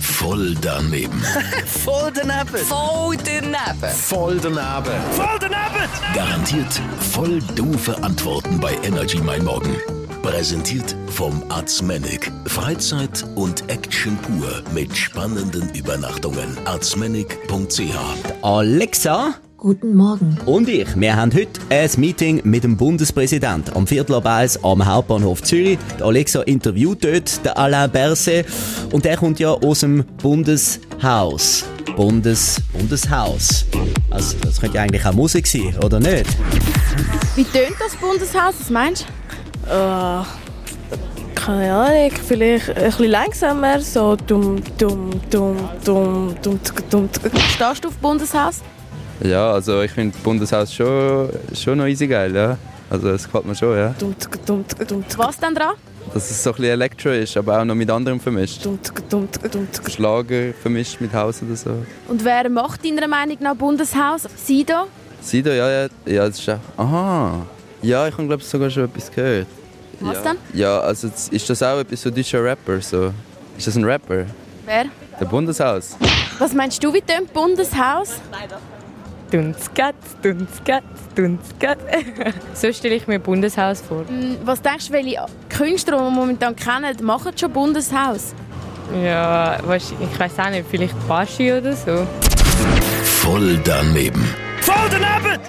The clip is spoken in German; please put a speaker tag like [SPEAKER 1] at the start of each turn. [SPEAKER 1] Voll daneben.
[SPEAKER 2] Voll daneben.
[SPEAKER 3] Voll daneben.
[SPEAKER 1] Voll daneben.
[SPEAKER 2] Voll daneben.
[SPEAKER 1] Garantiert voll doofe Antworten bei Energy Mein Morgen. Präsentiert vom Arzmenig. Freizeit und Action pur mit spannenden Übernachtungen. Arzmenig.ch
[SPEAKER 4] Alexa
[SPEAKER 5] Guten Morgen.
[SPEAKER 4] und ich, wir haben heute ein Meeting mit dem Bundespräsidenten am Viertel ab eins am Hauptbahnhof Zürich. Die Alexa interviewt dort den Alain Berset und der kommt ja aus dem Bundeshaus. Bundes, Bundeshaus. Also, das könnte ja eigentlich auch Musik sein, oder nicht?
[SPEAKER 6] Wie tönt das Bundeshaus? Was meinst du? keine Ahnung, vielleicht ein bisschen langsamer, so dumm, dumm, dumm, dumm, dumm, dumm, dumm. Stehst du auf Bundeshaus?
[SPEAKER 7] Ja, also ich finde Bundeshaus schon, schon noch easy geil, ja. Also es gefällt mir schon, ja.
[SPEAKER 6] Dumm, dumm, dumm. Was denn dran?
[SPEAKER 7] Dass es so ein bisschen Elektro ist, aber auch noch mit anderem vermischt.
[SPEAKER 6] Dumm, dumm, dumm.
[SPEAKER 7] Schlager vermischt mit Haus oder so.
[SPEAKER 6] Und wer macht deiner Meinung nach Bundeshaus? Sido?
[SPEAKER 7] Sido, ja, ja, ja, das ist auch... Aha! Ja, ich habe glaube ich sogar schon etwas gehört.
[SPEAKER 6] Was
[SPEAKER 7] ja.
[SPEAKER 6] denn?
[SPEAKER 7] Ja, also z- ist das auch etwas so deutscher Rapper, so. Ist das ein Rapper?
[SPEAKER 6] Wer?
[SPEAKER 7] Der Bundeshaus?
[SPEAKER 6] Was meinst du, wie tönt Bundeshaus?
[SPEAKER 8] Dunzgatz, Dunzgatz, Dunzgatz. so stelle ich mir Bundeshaus vor.
[SPEAKER 6] Hm, Was denkst du, welche Künstler, die wir momentan kennen, machen schon Bundeshaus?
[SPEAKER 8] Ja, weißt, ich weiß auch nicht, vielleicht Baschi oder so.
[SPEAKER 1] Voll daneben.
[SPEAKER 2] Voll daneben.